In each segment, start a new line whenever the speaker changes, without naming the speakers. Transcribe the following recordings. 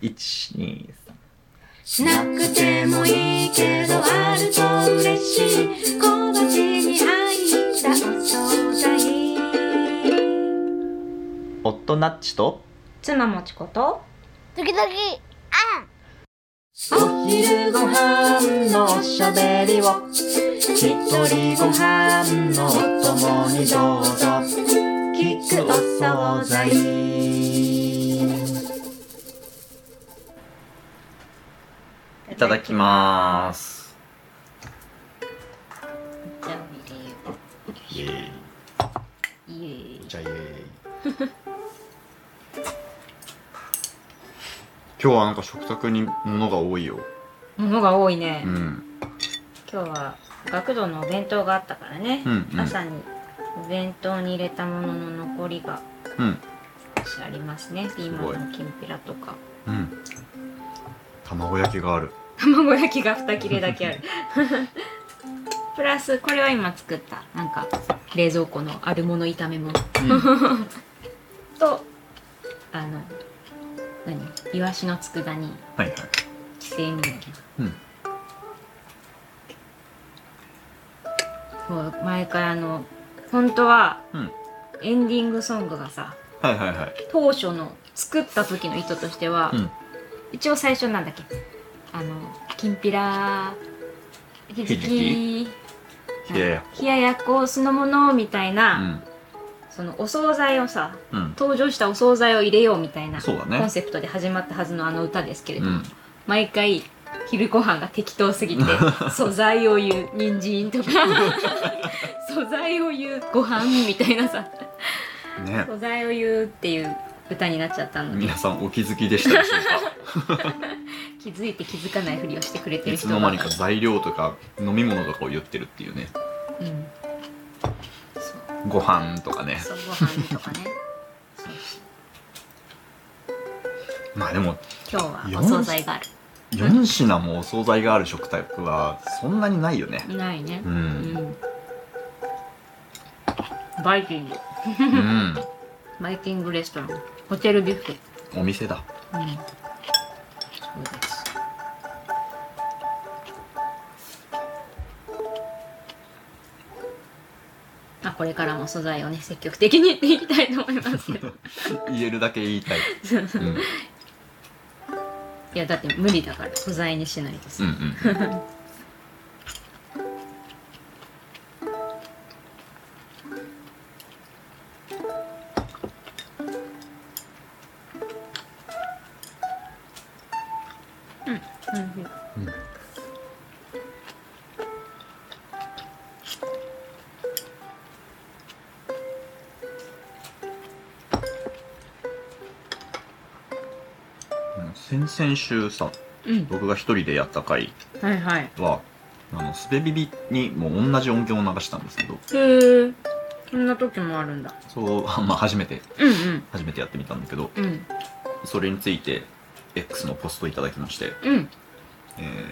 1、2、
しなくてもいいけどあると嬉しい小鉢に入ったお惣菜
3。夫ナッチと
妻もちこと
時々あん
お昼ご飯のおしゃべりを
一人ご飯のお供にどうぞ。
聞くお惣菜
いただきます。
じゃあ入れよ
イエー
うイエーイ
イ。じゃあイエーイ。 今日はなんか食卓に物が多いよ。
物が多いね、
うん。
今日は学童のお弁当があったからね、
うんうん
朝にお弁当に入れたものの残りが
うん。
ありますねピーマンのきんぴらとか
うん。卵焼きがある。
卵焼きが2切れだけある プラスこれは今作ったなんか冷蔵庫のあるもの炒め物
うん。
とあの何イワシの佃煮
はいはい。
寄生人
うん。
間もう毎回あの本当は
うん。
エンディングソングがさ
はいはいはい。
当初の作った時の意図としては、
うん。
一応最初なんだっけあのきんぴらひじき
冷ややっ
冷ややっこ酢の物みたいな、
うん。
そのお惣菜をさ
うん。
登場したお惣菜を入れようみたいなコ
そうだね
ンセプトで始まったはずのあの歌ですけれ
う
ども、
ん。
毎回昼ご飯が適当すぎ て素材を言う人参とか 素材を言うご飯みたいなさ
ね。
素材を言うっていう歌になっちゃったので
皆さんお気づきでしたでしょうか。
気づいて気づかないふりをしてくれてる
いつ
人
の
が
間にか材料とか飲み物とかを言ってるっていうね
うんそう
ご飯とかね
そうご飯とかねそう
まあでも
今日はお惣菜がある
4品もお惣菜がある食卓はそんなにないよね
ないね
う
うんんバイキング
うん
バイキングレストランホテルビュッフェ
お店だ
うんそうですあこれからも素材をね積極的にいっていきたいと思い ますけど
言えるだけ言いたい、うん、うん
いやだって無理だから素材にしないと
う
さ、
ん
うん
うん先々週さ
うん、
僕が一人でやった回
はいはい
はあのスペビビにもう同じ音源を流したんですけど
へえそんな時もあるんだ
そうまあ初めて
うんうん
初めてやってみたんだけど
うん
それについて X のポストいただきまして
うん
え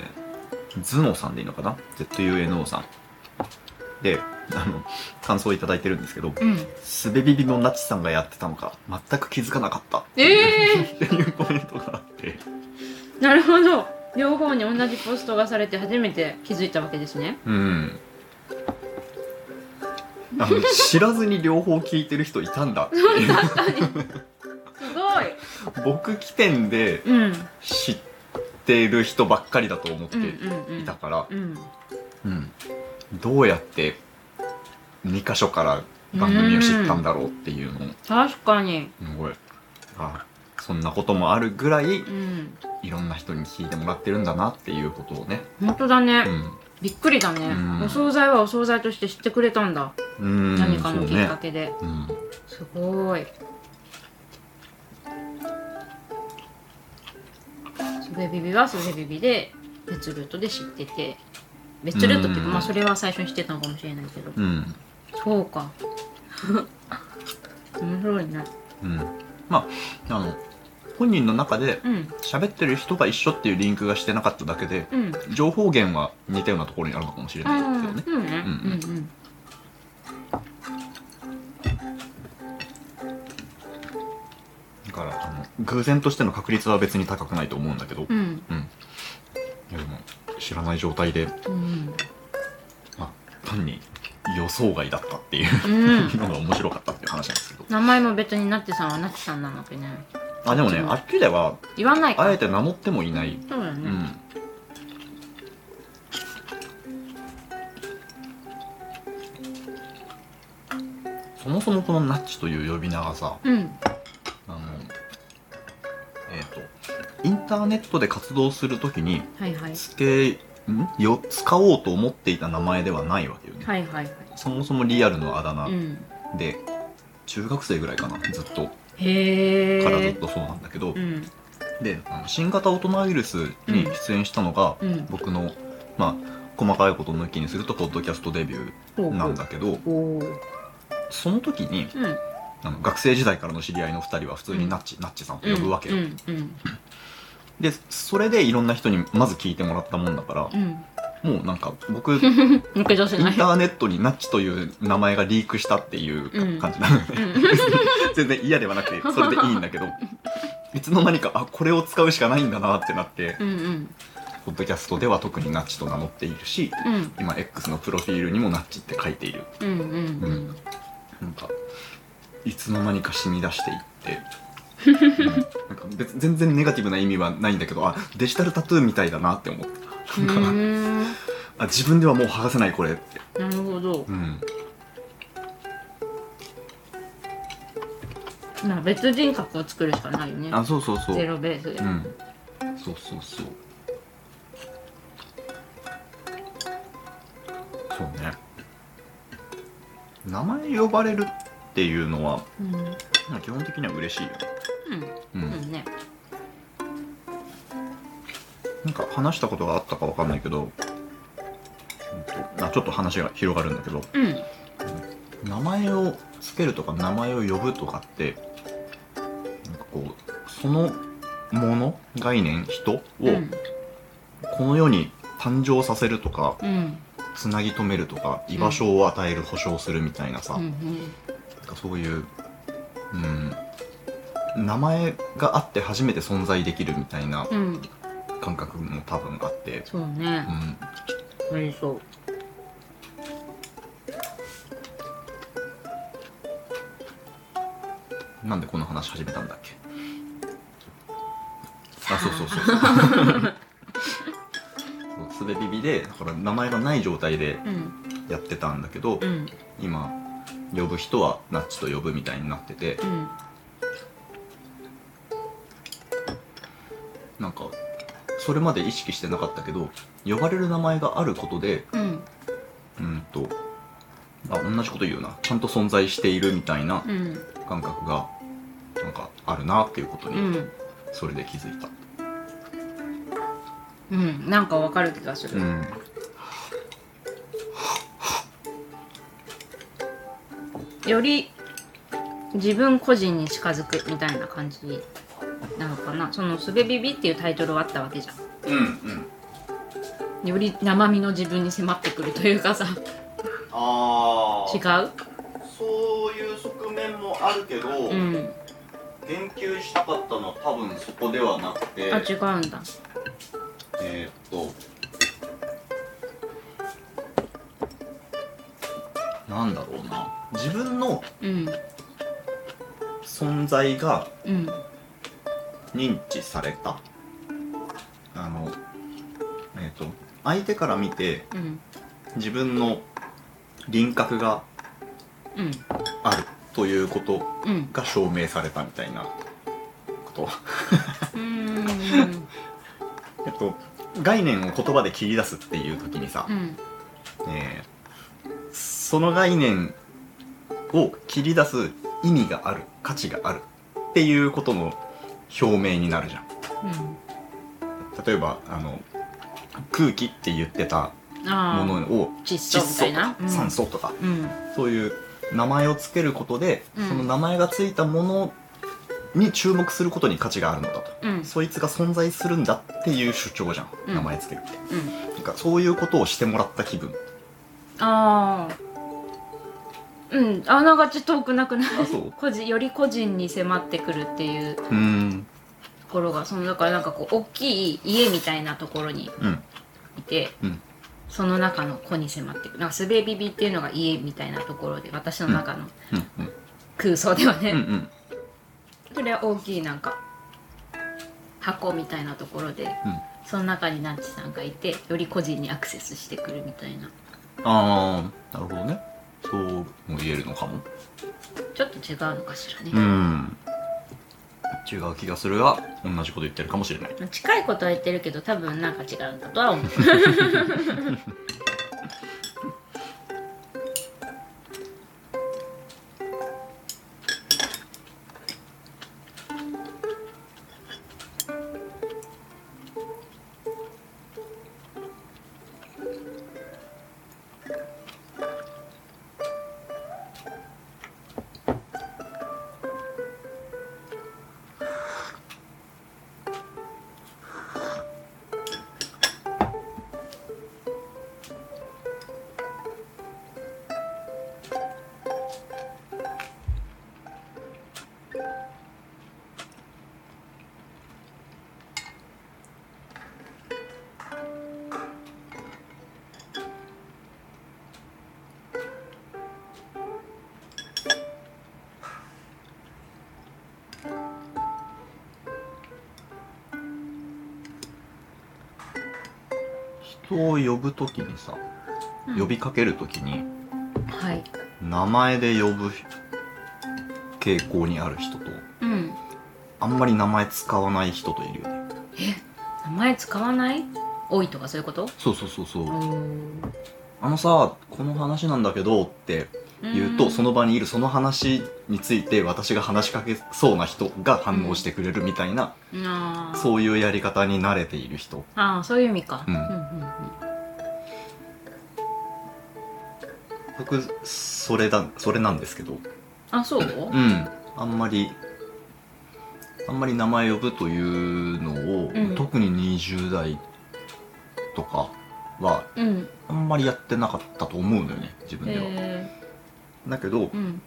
ー、ズノさんでいいのかな ?ZUNO さん。で、あの、感想をいただいてるんですけど、
うん
すべビビのナチさんがやってたのか、全く気づかなかった。
ええ
っていうコメントがあって、
なるほど両方に同じポストがされて初めて気づいたわけですね
うん。あの、知らずに両方聞いてる人いたんだっていう。
すごい
僕起点で
うん
知ってる人ばっかりだと思って
うんうんうん
いたから、
うん
うん。どうやって、2箇所から番組を知ったんだろうっていうのを、
確かに
すごいあそんなこともあるぐらい
うん
いろんな人に聞いてもらってるんだなっていうことをね
本当だね、
う
びっくりだね、
うん
お惣菜はお惣菜として知ってくれたんだ、
んうん
何か
そ
の
う
きっ
ね
かけで、
うん
すごいスベビビはスベビビで別ルートで知ってて別ルートっていうか、
うん
まあそれは最初に知ってたのかもしれないけど、
うん、
そうか 面白いね
うん、まああの本人の中で
うん
喋ってる人が一緒っていうリンクがしてなかっただけで
うん
情報源は似たようなところにあるのかもしれ
あ
ないけど
あ
ね
そう
う
ねうんん
うん
うん
だからあの偶然としての確率は別に高くないと思うんだけど、
う
い
ん
やでも知らない状態で、
うん
まあ、単に予想外だったっていううんのが面白かったっていう話なんですけど
名前も別になってさんはなってさんなのけね
あでもねあっちでは
言わないか
あ
ら
えて名乗ってもいない
そうだよ
う
ね、
んそもそもこのナッチという呼び名がさ
うん、
あのえっ、とインターネットで活動するときに
はいはい
つけんよ使おうと思っていた名前ではないわけよね、
はいはいはい
そもそもリアルのあだ
う
名
ん
で、中学生ぐらいかなずっと
へえ
からずっとそうなんだけど、
うん
であの新型オトナウイルスに出演したのが、
うん
僕のまあ細かいこと抜きにするとポッドキャストデビューなんだけど
おおー
その時に
うん
あの学生時代からの知り合いの2人は普通にナッチ、ナッチさんと呼ぶわけよ、
うんうん
でそれでいろんな人にまず聞いてもらったもんだから
う、ん
もうなんか僕イン
抜け出
タ
せない
ーネットにナッチという名前がリークしたっていうか感じなので、
うん
全然嫌ではなくてそれでいいんだけどいつの間にかあこれを使うしかないんだなってなって
うんうん
ポッドキャストでは特にナッチと名乗っているし
うん
今 X のプロフィールにもナッチって書いている
うんうんうん
なんかいつの間にか染み出していって、うんなんか別全然ネガティブな意味はないんだけどあデジタルタトゥーみたいだなって思って
う
なんか
ーん
あ自分ではもう剥がせないこれって、
なるほど
うん、
まあ別人格を作るしかないよね
あそうそうそう
ゼロベースで
うんそうそうそうそうね名前呼ばれるっていうのは
うんうん
まあ基本的には嬉しいよねうん、
うんね
なんか話したことがあったかわかんないけど、うんとあちょっと話が広がるんだけど
うん
名前を付けるとか名前を呼ぶとかってなんかこうそのもの概念人を
うん
この世に誕生させるとか、
うん
つなぎ止めるとか居場所を与える保証するみたいなさ、
う
な
ん
んかそういう、うん、名前があって初めて存在できるみたいな
うんうん
感覚も多分あって、
そうね
うん、
ありそう
なんでこの話始めたんだっけあそうそうそうそうそ うスベビビでだから名前がない状態で
うん
やってたんだけど、
うん
今呼ぶ人はナッチと呼ぶみたいになってて
うん
なんかそれまで意識してなかったけど呼ばれる名前があることで
うん
うんとあ同じこと言うなちゃんと存在しているみたいな
うん
感覚がなんかあるなっていうこと
う
に
ん
それで気づいた。
うんなんかわかる気がす
う
る
ん
より自分個人に近づくみたいな感じなのかなその「すべビビ」っていうタイトルはあったわけじゃ
うんうん
んより生身の自分に迫ってくるというかさ
あ
違う
そういう側面もあるけど、
うん
言及したかったのは多分そこではなくて
あ違うんだ
えーっとなんだろうな自分の
うん
存在が
うん
認知されたあのえーっと相手から見て
うん
自分の輪郭が
うん
あるということ
うん
が証明されたみたいなこと
うーん
えっと、概念を言葉で切り出すっていう時にさ
う、ん
えーその概念を切り出す意味がある価値があるっていうことの表明になるじゃん
う
例えばあの空気って言ってた
んあ
も
あ
のを
窒素みたいな
窒素とか酸素とか、
うん
そういう名前をつけることで、
うん
その名前がついたものに注目することに価値があるのだと、
うん
そいつが存在するんだっていう主張じゃん、
うん
名前つけるって
うん
なんかそういうことをしてもらった気分
ああうんあながち遠くなくない
あそう
個人より個人に迫ってくるっていうと
うーん
ころがそのだからなんかこう大きい家みたいなところに
うん
いて、
うん
その中の子に迫ってくるなんかスベビビっていうのが家みたいなところで私の中の
うんうん
空想ではね、
うんうん
それは大きいなんか箱みたいなところで、
うん
その中にナンチさんがいてより個人にアクセスしてくるみたいな
ああなるほどねそうも言えるのかも
ちょっと違うのかしらね、
うん違う気がするが同じこと言ってるかもしれない
近いことは言ってるけど多分なんか違うんだとは思う
人を呼ぶときにさ
うん
呼びかけるときに
はい
名前で呼ぶ傾向にある人と
うん
あんまり名前使わない人といるよね
名前使わない多いとかそういうこと
そうそうそうそうう
ー
あのさこの話なんだけどって
ん
言うとその場にいるその話について私が話しかけそうな人が反応してくれるみたいな
あー
そういうやり方に慣れている人
あーそういう意味か、
うん
うん
僕それだそれなんですけど
あそう、
うんあんまりあんまり名前呼ぶというのを、
うん
特に20代とかは
うん、
あんまりやってなかったと思うのよね自分では、
え
だけど
ー、うん、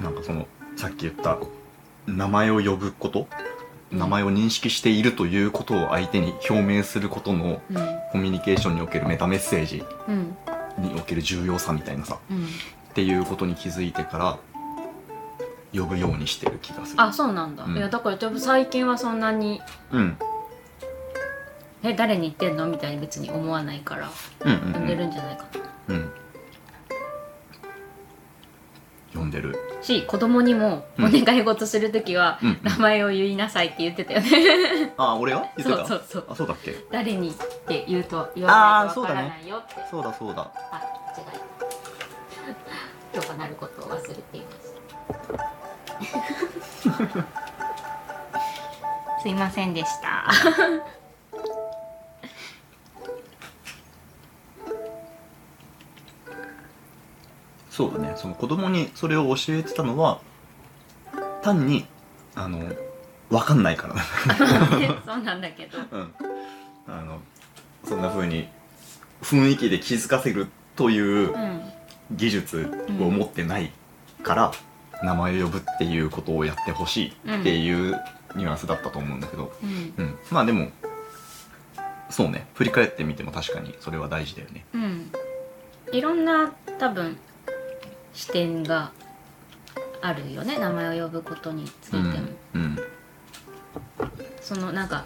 なんかそのさっき言った名前を呼ぶこと名前を認識しているということを相手に表明することの
うん、
コミュニケーションにおけるメタメッセージ
うん、
における重要さみたいなさ
うん、
っていうことに気づいてから呼ぶようにしてる気がする
あ、そうなんだ。
うん
いや、だから、ちょっと最近はそんなに、
うん
え、誰に言ってんのみたいに別に思わないから、
うん
呼ん
う
で
ん
るんじゃないかな。
うん、うん、呼んでる
し、子供にも、お
うん
願い事するときは、
うんうん
名前を言いなさいって言って たよね。
あ俺が言って
そう
た
そうそう。
あそうだっけ
誰にって言うと、言わないとわからないよって。
そうだそうだ
あ、違う。どうかなることを忘れてい ます。すいませんでした。
そうだねその子供にそれを教えてたのは単にあの分かんないから
そうなんだけど。
うん あのそんな風に雰囲気で気づかせるという
うん。
技術を持ってないから、名前を呼ぶっていうことをやってほしいっていうニュアンスだったと思うんだけど、
うん。
うん、まあでもそうね振り返ってみても確かにそれは大事だよね
うん。いろんな多分視点があるよね。名前を呼ぶことについて
う
も、
ん、うん、
そのなんか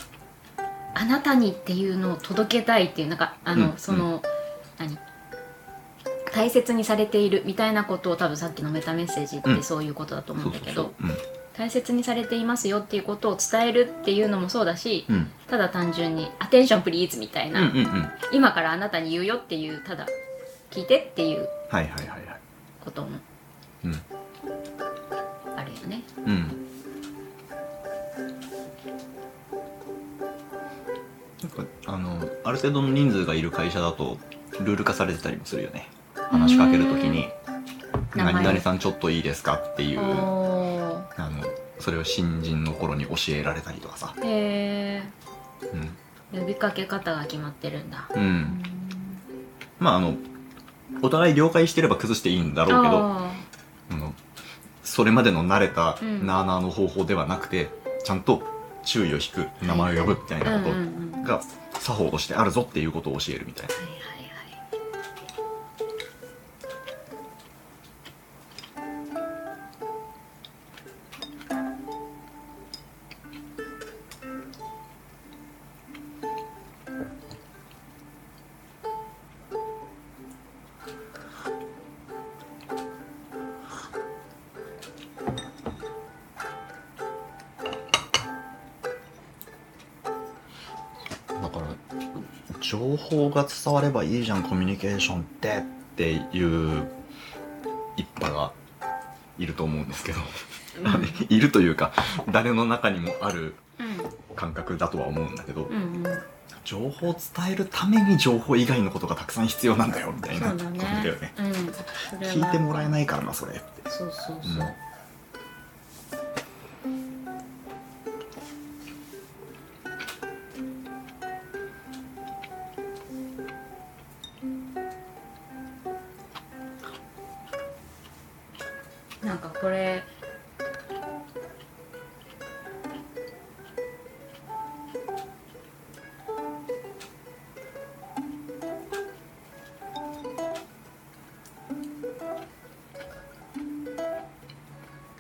あなたにっていうのを届けたいっていうなんかあの、
うん
その、何大切にされているみたいなことを多分さっきのメタメッセージっ
うん
てそういうことだと思
そ
うん
う
だ
そう
け
そ
ど、
うう
大切にされていますよっていうことを伝えるっていうのもそうだし、
んうん
ただ単純に「アテンションプリーズ」みたいな、
うんうんうんはい
今からあなたに言うよっていうただ聞いてっていう
はいはいはい
ことも
うん
あるよね。
うんなんかあのある程度の人数がいる会社だとルール化されてたりもするよね話しかけるときに「
名前
何々さんちょっといいですか?」っていうあ
おー
のそれを新人の頃に教えられたりとかさ
へ
うん、
ー呼びかけ方が決まってるんだ。
うん、まああのお互い了解してれば崩していいんだろうけど
あ
あのそれまでの慣れた
うん
なあなあの方法ではなくて、ちゃんと注意を引く名前を呼ぶみたい
ー
なこ
うんうんうん
とが作法としてあるぞっていうことを教えるみたいな
はいはい
だから情報が伝わればいいじゃんコミュニケーションってっていう一派がいると思うんですけど
はい
いるというか誰の中にもある
うん
感覚だとは思うんだけど、
うんうんうん
情報を伝えるために情報以外のことがたくさん必要なんだよみたいな
そうだ
感じ
ね
だよね
うんそれは
聞いてもらえないからな それって
そうそうそう、
うん
なんかこれ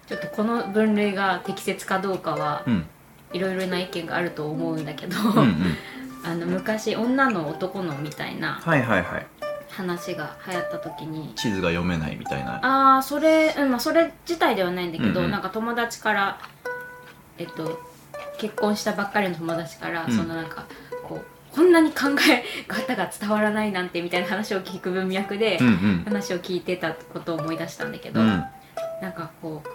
ちょっとこの分類が適切かどうかは
うん
いろいろな意見があると思うんだけど、
うんうん
あの昔女の男のみたいな
はいはいはい
話が流行った時に
地図が読めないみたいな
ああそれ、うんまあ、それ自体ではないんだけど、
うんうん
なんか友達からえっと結婚したばっかりの友達から、
うん
そのなんかこうこんなに考え方が伝わらないなんてみたいな話を聞く文脈で、
うんうん
話を聞いてたことを思い出したんだけど、
うん
なんかこう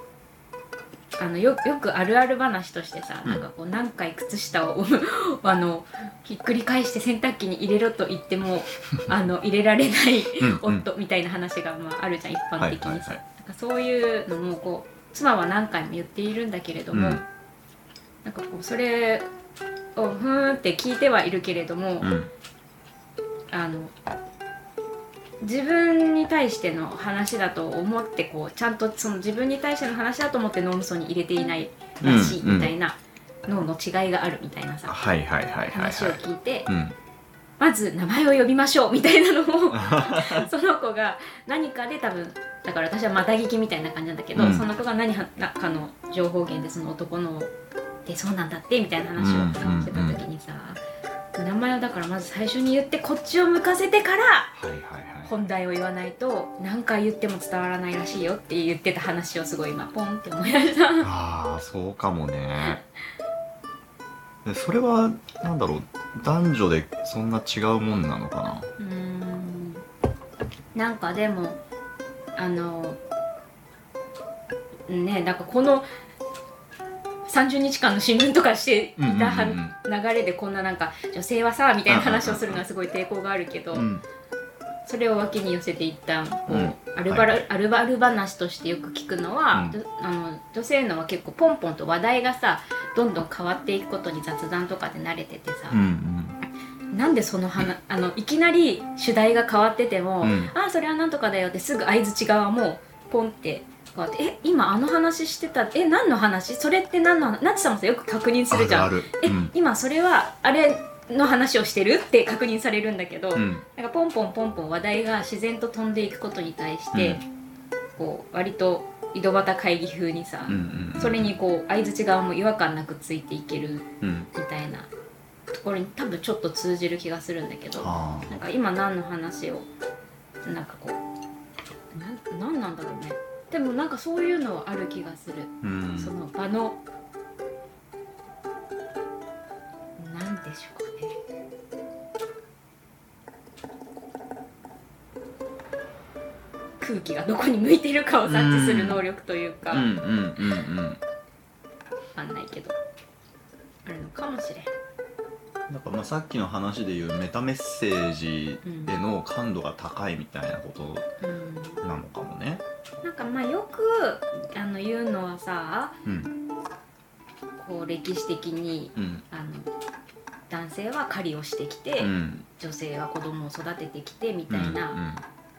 あのよよくあるある話としてさ、
うん
なんかこう何回靴下を あのひっくり返して洗濯機に入れろと言ってもあの入れられない
うんうん
夫みたいな話が、まあ、あるじゃん一般
はい
的にさ、
はいはい
なんかそういうのもこう妻は何回も言っているんだけれど
うん
も、なんかこうそれをふーんって聞いてはいるけれども、
うん
あの自分に対しての話だと思ってこうちゃんとその自分に対しての話だと思って脳みそに入れていないらしい
うんうん
みたいな、脳の違いがあるみたいなさ
はいはいはいはい
話
は
を
い
聞いて、
うん
まず名前を呼びましょうみたいなのを その子が何かで多分だから私はまた聞きみたいな感じなんだけど、
うん
その子が何かの情報源でその男のでそうなんだってみたいな
う
話
んうんうん
をしてた時にさ、名前をだからまず最初に言ってこっちを向かせてから
はいはいはい
本題を言わないと何回言っても伝わらないらしいよって言ってた話をすごい今ポンって思い出した。
ああそうかもねでそれはなんだろう男女でそんな違うもんなのかな
うーんなんかでもあのねなんかこの30日間の新聞とかしていたは
うんうん
流れでこんななんか女性はさみたいな話をするのはすごい抵抗があるけど、
うん
それを脇に寄せて一旦こう、
うん
アルバル、
は
アルバル話としてよく聞くのは、
うん
どあの女性のは結構ポンポンと話題がさどんどん変わっていくことに雑談とかで慣れててさ、
うん
なんでその話あのいきなり主題が変わってても
う
「
ん
ああそれはなんとかだよ」ってすぐ相槌側もポンって変わって「え今あの話してたえ何の話それって何の話ナチさんもさよく確認するじゃん
あるあ
え、
るうん
今それはあれの話をしてるって確認されるんだけど、
うんうん
なんかポンポンポンポン話題が自然と飛んでいくことに対して、こう割と井戸端会議風にさ、
うんうんうん
それにこう相槌側も違和感なくついていける
うん
みたいなところに多分ちょっと通じる気がするんだけど
あ
なんか今何の話をなんかこうなん何なんだろうねでもなんかそういうのはある気がする、
ーうん
その場のなんでしょうかね空気がどこに向いてるかを察知する能力というか、
うんうんうんうん
わかんないけどあるのかもしれん。
なんかまあさっきの話でいうメタメッセージへの感度が高いみたいなこと
うん
なのかもね。
なんかまあよくあの言うのはさ
うん
こう歴史的に
うん
あの男性は狩りをしてきて、
うん
女性は子供を育ててきてみ
うん
たいな、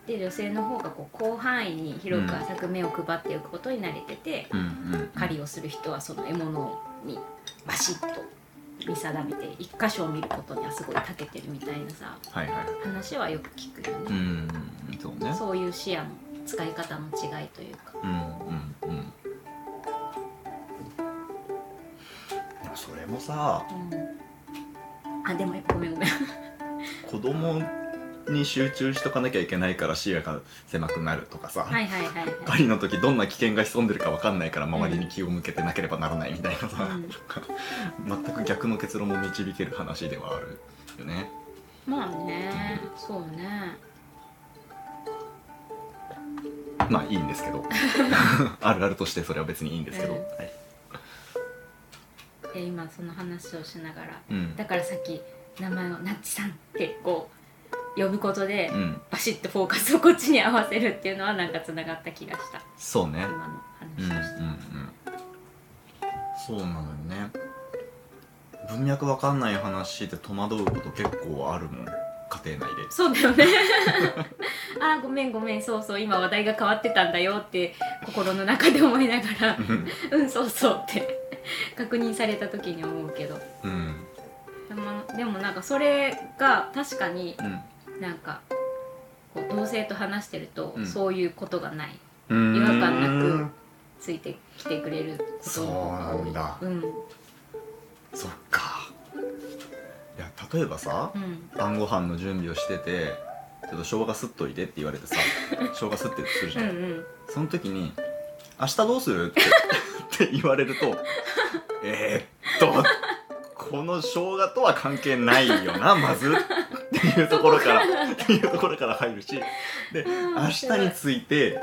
で女性の方がこう広範囲に広く浅く目を配っていくことに慣れてて、
うんうん
狩りをする人はその獲物にバシッと見定めて一箇所を見ることにはすごい長けてるみたいなさ
はいはい
話はよく聞くよ
う
ね、
んそうね
そういう視野の使い方の違いというか
うんうんうんでもそれもさ
うんあでもやっぱごめんごめん
子供に集中しとかなきゃいけないから視野が狭くなるとかさ、
はいはいはいはい
狩りの時どんな危険が潜んでるか分かんないから周りに気を向けてなければならないみたいなさ、
うん
全く逆の結論も導ける話ではあるよね。
まあねそうね
まあいいんですけ どあるあるとしてそれは別にいいんですけど、
うん
はい
え今その話をしながら
うん
だからさっき名前を「なっちさん」ってこう呼ぶことで、
うん、
バシッとフォーカスをこっちに合わせるっていうのはなんかつながった気がした
そうね
今の
うんうんう
話を
ん
して、
そうなのよね文脈分かんない話で戸惑うこと結構あるもん家庭内で
そうだよね あーごめんごめんそうそう今話題が変わってたんだよって心の中で思いながらうんそうそうって確認された時に思うけど
うん
でもでもなんかそれが確かに
うん
なんかこう同性と話してると
うん
そういうことがない、
うん
違和感なついてきてくれることの方が多
そう
い
なんだ
うん
そっかいや例えばさ
うん
晩ご飯の準備をしててちょっと生姜すっといてって言われてさ生姜すってするじ
う
ゃ
ん
ん、
うん
その時に「明日どうする?」ってって言われると「えーっとこの生姜とは関係ないよなまず」っていうところから っていうところから入るしで
ん
明日について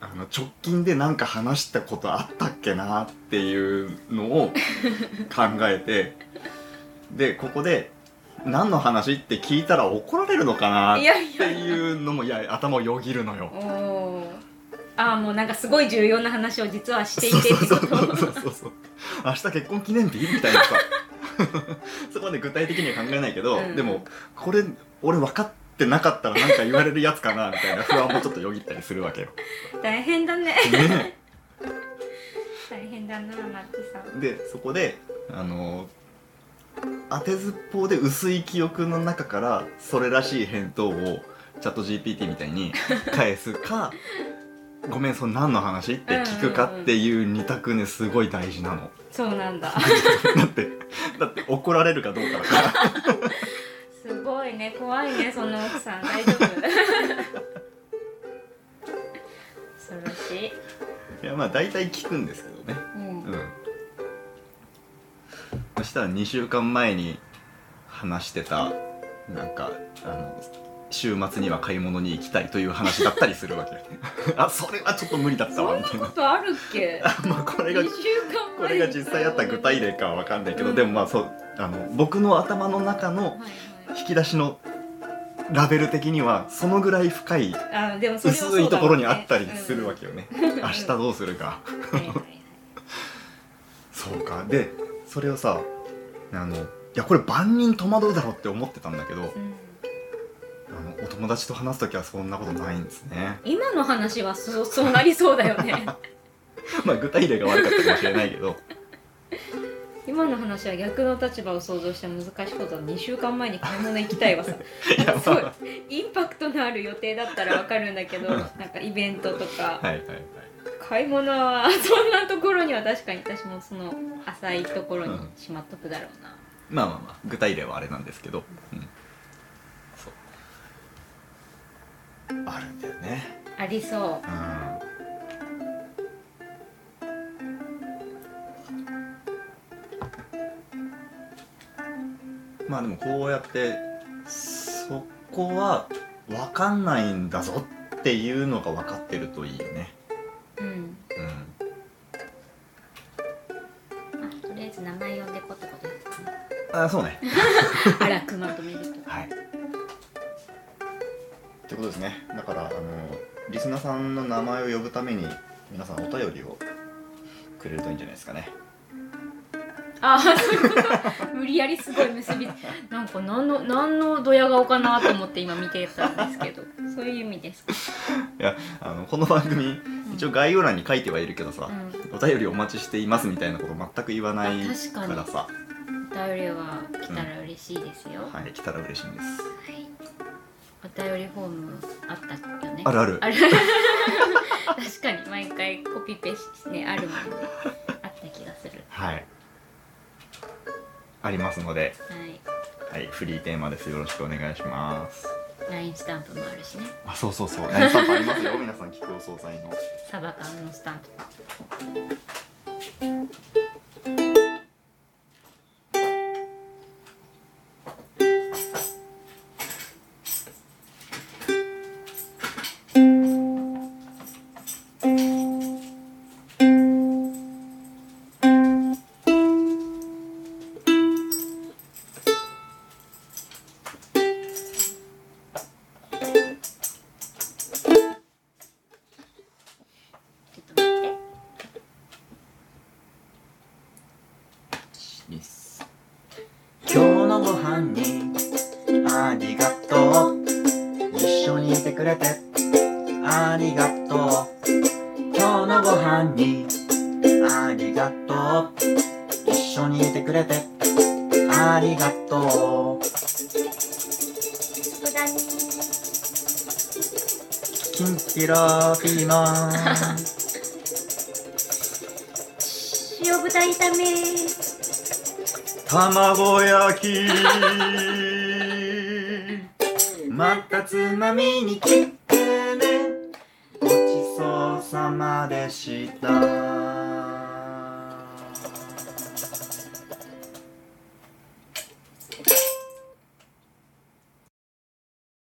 あの直近で何か話したことあったっけなっていうのを考えてでここで「何の話?」って聞いたら怒られるのかなっ
い
て
やいや
いうのもいや頭をよぎるのよ。
おーああもうなんかすごい重要な話を実はしていてってこ
そうそ
と
うそうそうそう明日結婚記念日みたいなさ そこまで具体的には考えないけど、
うん
でもこれ俺分かってなかったらなんか言われるやつかなみたいな不安もちょっとよぎったりするわけよ。
大変だね
ね、
大変だなマッチさん
でそこであの当てずっぽうで薄い記憶の中からそれらしい返答をチャット GPT みたいに返すかごめんその何の話って聞くかっていう二択ねすごい大事なの。
そうなんだ
だってだって怒られるかどうかだから
すごいね怖いねその奥さん大丈夫 恐ろしい、
いやまあ大体聞くんですけどね
うん
うんそしたら2週間前に話してたなんかあの週末には買い物に行きたいという話だったりするわ けあそれはちょっと無理だった
そ
わ
ん
み
な
たい
こ
な
とあるっけ
あまあこれが
2週間前
これが実際あった具体例かは分かんないけど、
うん
でもまあそうあの僕の頭の中の
はい
引き出しのラベル的にはそのぐらい深い
はいあでもそれはそうだ
薄いところにあったりするわ
け、
けよね、明日どうするか
うんはいはいはい
そうかでそれをさあのいやこれ万人戸惑うだろうって思ってたんだけど
うん
あのお友達と話す時はそんなことないんですね
今の話はそそうなりそうだよね
まあ具体例が悪かったかもしれないけど
今の話は逆の立場を想像して難しいことは2週間前に買い物行きたいわさ
いや
そ
まあ
うインパクトのある予定だったらわかるんだけど
うん
なんかイベントとか
はいはいはい
買い物はそんなところには確かに私もその浅いところに
うん
しまっとくだろうな、
まあまあまあ具体例はあれなんですけど、うん、そうあるんだよね
ありそう
まあでもこうやってそこは分かんないんだぞっていうのが分かってるといいよね。
うん
うん、
あとりあえず名前呼んでこってことですね
あそうね。
あらくまとめると
はい。ってことですね。だからあのリスナーさんの名前を呼ぶために皆さんお便りをくれるといいんじゃないですかね。
ああそういうこと無理やりすごい結びなんか何の何のドヤ顔かなと思って今見てたんですけど そういう意味ですか、
いやあのこの番組
うん
一応概要欄に書いてはいるけどさ、
うん、
お便りお待ちしていますみたいなこと全く言わない
あ確か
か
に
らさ
お便りは来たら嬉しいですよ、はい
はい来たら嬉しいんです
お便りフォームあったよね
あるある
ある確かに毎回コピペしねあるもんねあった気がする
はいありますので、
はい
はい、フリーテーマですよろしくお願いします
ラインスタンプもあるしね
あそうそう そう何さんありますよ皆さん聞くお総菜の
サバ缶のスタンプちょっと待って
今日のご飯にありがとう一緒にいてくれてありがとう今日のご飯にありがとう一緒にいてくれてありがとう
佃煮
キンキラピーマン
塩豚炒め
卵焼き またつまみに切ってねごちそうさまでした